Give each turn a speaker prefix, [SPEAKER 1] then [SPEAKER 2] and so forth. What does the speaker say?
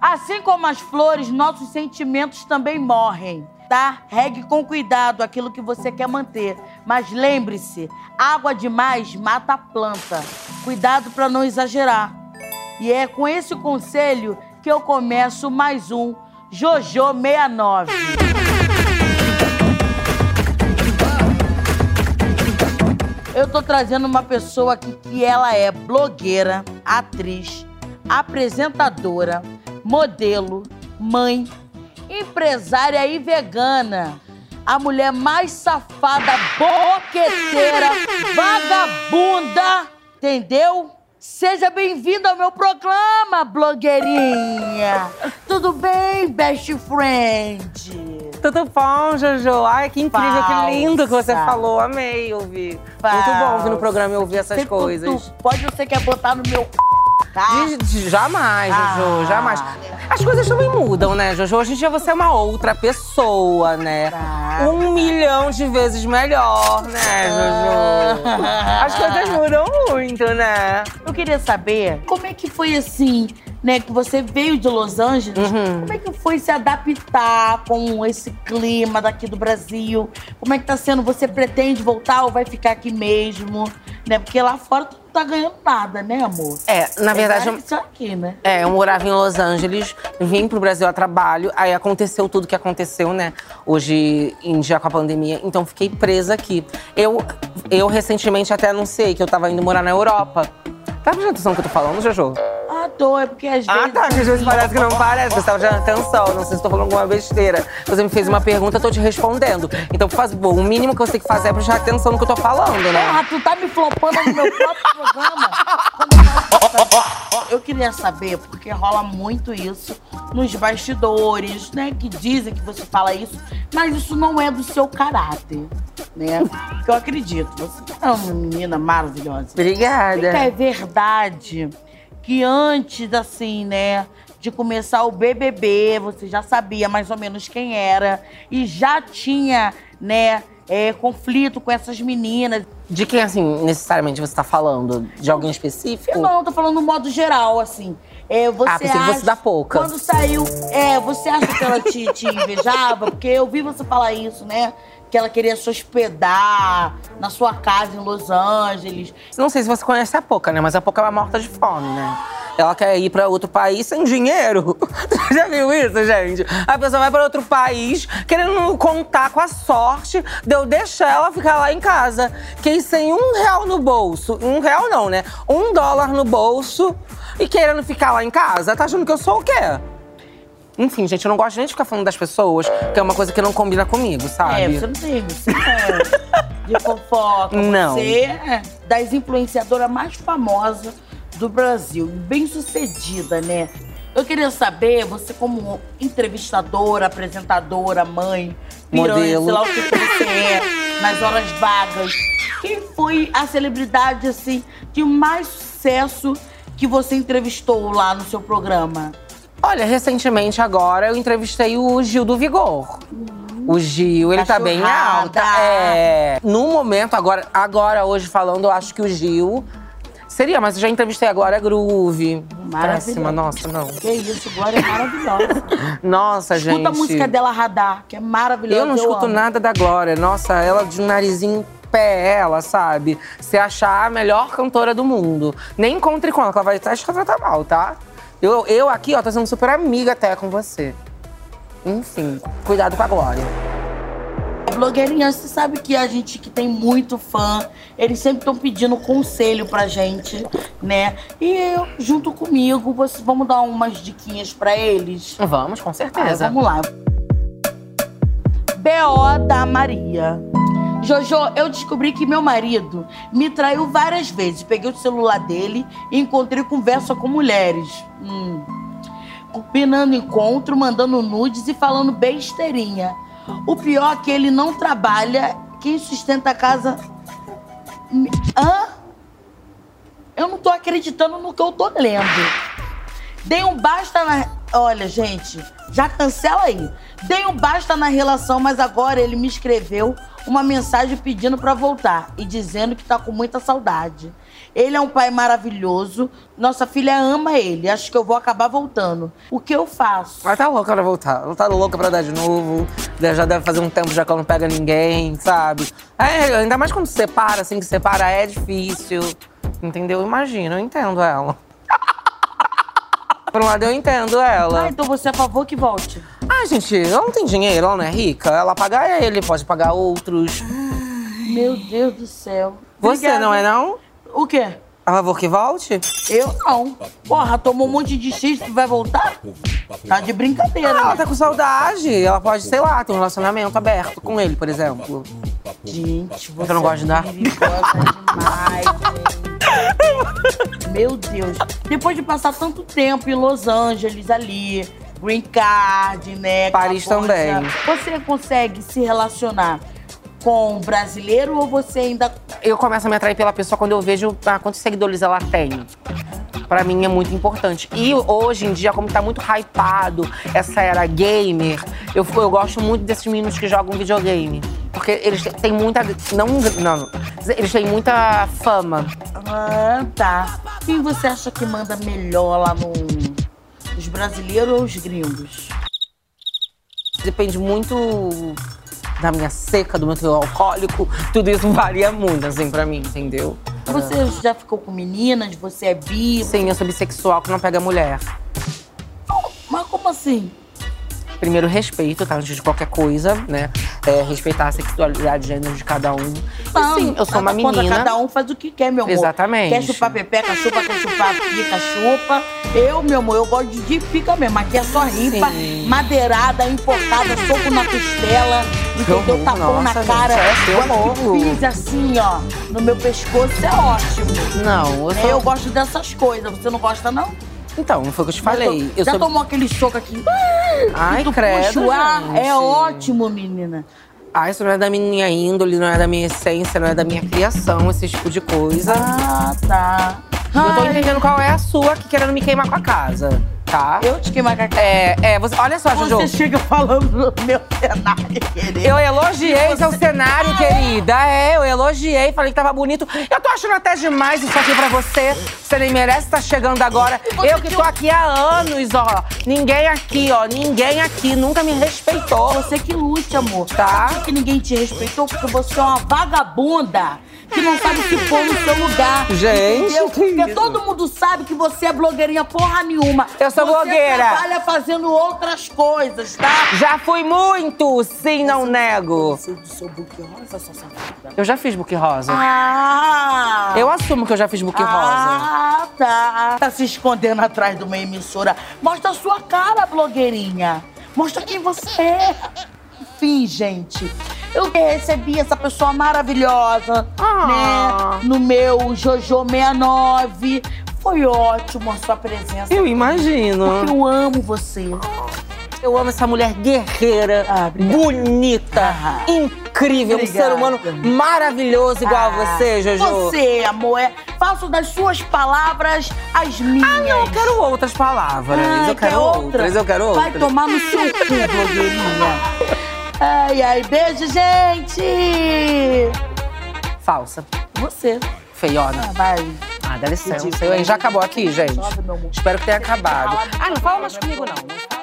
[SPEAKER 1] Assim como as flores, nossos sentimentos também morrem. Tá? Regue com cuidado aquilo que você quer manter. Mas lembre-se, água demais mata a planta. Cuidado para não exagerar. E é com esse conselho que eu começo mais um Jojo 69. Eu tô trazendo uma pessoa aqui que ela é blogueira, atriz, apresentadora, modelo, mãe, empresária e vegana. A mulher mais safada, boqueteira, vagabunda, entendeu? Seja bem-vinda ao meu programa, blogueirinha. Tudo bem, best friend?
[SPEAKER 2] Tudo bom, Jojo? Ai, que incrível,
[SPEAKER 1] Falsa.
[SPEAKER 2] que lindo que você falou. Amei ouvir.
[SPEAKER 1] Falsa.
[SPEAKER 2] Muito bom ouvir no programa e ouvir essas
[SPEAKER 1] Tem
[SPEAKER 2] coisas.
[SPEAKER 1] tudo. Pode você quer botar no meu tá?
[SPEAKER 2] De- de- jamais,
[SPEAKER 1] Ah.
[SPEAKER 2] Jojo, jamais. As coisas também mudam, né, Jojo? Hoje em dia você é uma outra pessoa, né?
[SPEAKER 1] Tá.
[SPEAKER 2] Um milhão de vezes melhor, né, Jojo?
[SPEAKER 1] Ah.
[SPEAKER 2] As coisas mudam muito, né?
[SPEAKER 1] Eu queria saber como é que foi assim, né? Que você veio de Los Angeles,
[SPEAKER 2] Uhum.
[SPEAKER 1] como é que foi se adaptar com esse clima daqui do Brasil? Como é que tá sendo? Você pretende voltar ou vai ficar aqui mesmo? Né? Porque lá fora tu não tá ganhando nada, né, amor?
[SPEAKER 2] É, na verdade,
[SPEAKER 1] é isso aqui, né?
[SPEAKER 2] É, eu morava em Los Angeles, vim pro Brasil a trabalho, aí aconteceu tudo que aconteceu, né? Hoje em dia com a pandemia, então fiquei presa aqui. Eu, eu recentemente até anunciei que eu tava indo morar na Europa. Tá prestando atenção no que eu tô falando, Jojo?
[SPEAKER 1] Ah, tô, é porque às
[SPEAKER 2] Ah,
[SPEAKER 1] vezes.
[SPEAKER 2] tá, que às vezes parece que não parece, você tava prestando atenção, não sei se tô falando alguma besteira. Você me fez uma pergunta, eu tô te respondendo. Então, faz, bom, o mínimo que você tem que fazer é prestar atenção no que eu tô falando, né?
[SPEAKER 1] Porra, tu tá me flopando no meu próprio programa. Quando eu- Eu queria saber, porque rola muito isso nos bastidores, né? Que dizem que você fala isso, mas isso não é do seu caráter, né? Que eu acredito. Você é uma menina maravilhosa. O que
[SPEAKER 2] Obrigada.
[SPEAKER 1] que é verdade que antes, assim, né, de começar o BBB, você já sabia mais ou menos quem era e já tinha, né, é, conflito com essas meninas.
[SPEAKER 2] De quem, assim, necessariamente você tá falando? De alguém específico?
[SPEAKER 1] Eu não, tô falando no modo geral, assim. É, você
[SPEAKER 2] Ah, pensei que
[SPEAKER 1] acha,
[SPEAKER 2] fosse da Pouca.
[SPEAKER 1] Quando saiu, é, você acha que ela te, te invejava? Porque eu vi você falar isso, né? Que ela queria se hospedar na sua casa em Los Angeles.
[SPEAKER 2] Não sei se você conhece a Poca, né? Mas a Poca é uma morta de fome, né? Ela quer ir pra outro país sem dinheiro. Você Já viu isso, gente? A pessoa vai pra outro país querendo contar com a sorte de eu deixar ela ficar lá em casa. Que sem um real no bolso, um real não, né? Um dólar no bolso e querendo ficar lá em casa. Tá achando que eu sou o quê? Enfim, gente, eu não gosto nem de ficar falando das pessoas, que é uma coisa que não combina comigo, sabe?
[SPEAKER 1] É, você não tem você é de fofoca.
[SPEAKER 2] Não.
[SPEAKER 1] Você é das influenciadoras mais famosas do Brasil. Bem sucedida, né? Eu queria saber, você como entrevistadora, apresentadora, mãe, piranha,
[SPEAKER 2] Modelo.
[SPEAKER 1] sei lá o que que você é, nas horas vagas, quem foi a celebridade, assim, de mais sucesso que você entrevistou lá no seu programa?
[SPEAKER 2] Olha, recentemente agora eu entrevistei o Gil do Vigor. O Gil, ele tá bem em
[SPEAKER 1] Cachorrada.
[SPEAKER 2] alta. É. No momento, agora, agora, hoje falando, eu acho que o Gil seria, mas eu já entrevistei agora a Groove.
[SPEAKER 1] Maravilhoso.
[SPEAKER 2] Péssima, nossa, não.
[SPEAKER 1] Que isso, Glória é maravilhosa.
[SPEAKER 2] Nossa, gente.
[SPEAKER 1] Escuta a música dela, Radar, que é maravilhosa.
[SPEAKER 2] Eu não escuto
[SPEAKER 1] amo.
[SPEAKER 2] nada da Glória. Nossa, ela de um narizinho em pé, ela, sabe? Se achar a melhor cantora do mundo. Nem encontre com ela, que ela vai estar te tratar mal, tá? Eu, eu aqui, ó, tô sendo super amiga até com você. Enfim, cuidado com a Glória.
[SPEAKER 1] Blogueirinha, você sabe que a gente que tem muito fã, eles sempre estão pedindo conselho pra gente, né? E eu, junto comigo, você, vamos dar umas diquinhas pra eles?
[SPEAKER 2] Vamos, com certeza.
[SPEAKER 1] Ah, vamos lá. B.O. da Maria. Jojo, eu descobri que meu marido me traiu várias vezes. Peguei o celular dele e encontrei conversa com mulheres. Hum. Combinando encontro, mandando nudes e falando besteirinha. O pior é que ele não trabalha. Quem sustenta a casa. Me- Hã? Eu não tô acreditando no que eu tô lendo. Dei um basta na. Olha, gente, já cancela aí. Dei um basta na relação, mas agora ele me escreveu uma mensagem pedindo pra voltar e dizendo que tá com muita saudade. Ele é um pai maravilhoso, nossa filha ama ele. Acho que eu vou acabar voltando. O que eu faço?
[SPEAKER 2] Ela tá louca pra voltar. Ela tá louca pra dar de novo. Já deve fazer um tempo já que ela não pega ninguém, sabe? É, ainda mais quando separa, assim, que separa é difícil. Entendeu? Imagina, eu entendo ela. Por um lado, eu entendo ela.
[SPEAKER 1] Ah, então você é a favor que volte.
[SPEAKER 2] Ah, gente, ela não tem dinheiro, ela não é rica. Ela paga ele, pode pagar outros.
[SPEAKER 1] Meu Deus do céu.
[SPEAKER 2] Você
[SPEAKER 1] Obrigada.
[SPEAKER 2] não é, não?
[SPEAKER 1] O quê?
[SPEAKER 2] A favor que volte?
[SPEAKER 1] Eu não. Porra, tomou um monte de X e vai voltar? Tá de brincadeira,
[SPEAKER 2] Ah, ela
[SPEAKER 1] né?
[SPEAKER 2] tá com saudade. Ela pode, sei lá, ter um relacionamento aberto com ele, por exemplo.
[SPEAKER 1] Gente, você
[SPEAKER 2] Eu não gosto de dar.
[SPEAKER 1] é perigosa demais, gente. Meu Deus. Depois de passar tanto tempo em Los Angeles ali, green card, né? com a
[SPEAKER 2] Paris
[SPEAKER 1] bolsa,
[SPEAKER 2] também.
[SPEAKER 1] Você consegue se relacionar com um brasileiro ou você ainda...
[SPEAKER 2] Eu começo a me atrair pela pessoa quando eu vejo ah, quantos seguidores ela tem. Pra mim é muito importante. E hoje em dia, como tá muito hypado essa era gamer, eu, fico- eu gosto muito desses meninos que jogam videogame. Porque eles te- têm muita. Não, não. Eles têm muita fama.
[SPEAKER 1] Ah, tá. Quem você acha que manda melhor lá no... Os brasileiros ou os gringos?
[SPEAKER 2] Depende muito da minha seca, do meu trio alcoólico. Tudo isso varia muito, assim, pra mim, entendeu?
[SPEAKER 1] Você já ficou com meninas? Você é bi?
[SPEAKER 2] Sim, eu sou bissexual que não pega mulher.
[SPEAKER 1] Mas como assim?
[SPEAKER 2] Primeiro, respeito, tá? Antes de qualquer coisa, né? É, respeitar a sexualidade, gênero de cada um. E, sim, eu sou uma
[SPEAKER 1] cada conta,
[SPEAKER 2] menina.
[SPEAKER 1] Cada um faz o que quer, meu amor.
[SPEAKER 2] Exatamente.
[SPEAKER 1] Quer chupar pepeca, chupa, quer chupar pica, chupa. Eu, meu amor, eu gosto de- de pica mesmo. Aqui é só ripa,
[SPEAKER 2] Sim.
[SPEAKER 1] madeirada, enforcada, soco na costela, entendeu?
[SPEAKER 2] horror,
[SPEAKER 1] Tapão na
[SPEAKER 2] nossa,
[SPEAKER 1] cara.
[SPEAKER 2] gente, é, que
[SPEAKER 1] Agora que
[SPEAKER 2] horror.
[SPEAKER 1] pisa assim, ó, no meu pescoço, é ótimo.
[SPEAKER 2] Não, eu sou.
[SPEAKER 1] Eu gosto dessas coisas. Você não gosta, não?
[SPEAKER 2] Então, foi o que eu te falei. Eu
[SPEAKER 1] Já
[SPEAKER 2] sou.
[SPEAKER 1] tomou aquele soco aqui?
[SPEAKER 2] Ai,
[SPEAKER 1] que tu
[SPEAKER 2] credo,
[SPEAKER 1] puxa o ar?
[SPEAKER 2] gente.
[SPEAKER 1] É ótimo, menina.
[SPEAKER 2] Ai, isso não é da minha índole, não é da minha essência, não é da minha criação, esse tipo de coisa.
[SPEAKER 1] Ah, tá.
[SPEAKER 2] Eu tô
[SPEAKER 1] Ai,
[SPEAKER 2] entendendo qual é a sua que querendo me queimar com a casa, tá?
[SPEAKER 1] eu te queimar com a cara.
[SPEAKER 2] É, é, você. Olha só, Jojo.
[SPEAKER 1] Você chega falando no meu cenário, querido.
[SPEAKER 2] Eu elogiei seu cenário, querida. É, eu elogiei, falei que tava bonito. Eu tô achando até demais isso aqui pra você. Você nem merece estar chegando agora.
[SPEAKER 1] você
[SPEAKER 2] Eu que tô aqui há anos, ó. Ninguém aqui, ó. Ninguém aqui nunca me respeitou,
[SPEAKER 1] Você que lute, amor.
[SPEAKER 2] tá?
[SPEAKER 1] Sabe que ninguém te respeitou porque você é uma vagabunda que não sabe se pôr no seu lugar.
[SPEAKER 2] Gente,
[SPEAKER 1] entendeu?
[SPEAKER 2] que
[SPEAKER 1] Porque
[SPEAKER 2] isso?
[SPEAKER 1] todo mundo sabe que você é blogueirinha porra nenhuma.
[SPEAKER 2] Eu sou
[SPEAKER 1] você
[SPEAKER 2] blogueira.
[SPEAKER 1] trabalha fazendo outras coisas, tá?
[SPEAKER 2] Já fui muito, sim, não nego.
[SPEAKER 1] Seu, seu book rosa, sua safada.
[SPEAKER 2] Eu já fiz book rosa.
[SPEAKER 1] Ah!
[SPEAKER 2] Eu assumo que eu já fiz book rosa.
[SPEAKER 1] Ah, tá. Tá se escondendo atrás de uma emissora. Mostra a sua cara, blogueirinha. Mostra quem você é. Enfim, gente. Eu recebi essa pessoa maravilhosa,
[SPEAKER 2] Ah.
[SPEAKER 1] né? No meu Jojo 69. Foi ótimo a sua presença.
[SPEAKER 2] Eu imagino.
[SPEAKER 1] Porque eu amo você.
[SPEAKER 2] Eu amo essa mulher guerreira,
[SPEAKER 1] Ah, obrigada.
[SPEAKER 2] bonita,
[SPEAKER 1] Ah.
[SPEAKER 2] incrível,
[SPEAKER 1] Obrigada.
[SPEAKER 2] um ser humano maravilhoso igual a Ah. você, Jojo.
[SPEAKER 1] Você, amor, é, faço das suas palavras as minhas.
[SPEAKER 2] Ah, não, eu quero outras palavras.
[SPEAKER 1] Ai,
[SPEAKER 2] eu
[SPEAKER 1] quer Ah,
[SPEAKER 2] quero
[SPEAKER 1] é outra?
[SPEAKER 2] outras, eu quero
[SPEAKER 1] Vai
[SPEAKER 2] outras.
[SPEAKER 1] tomar no seu cu, blogueirinha. Ai, ai, beijo, gente!
[SPEAKER 2] Falsa,
[SPEAKER 1] Você.
[SPEAKER 2] feiona.
[SPEAKER 1] Ah, vai.
[SPEAKER 2] Ah, dá licença.
[SPEAKER 1] Ridículo.
[SPEAKER 2] hein? Já acabou aqui, gente?
[SPEAKER 1] Sobe, meu amor.
[SPEAKER 2] Espero que tenha acabado.
[SPEAKER 1] falar-
[SPEAKER 2] Ah, não fala mais comigo, não. Não fala.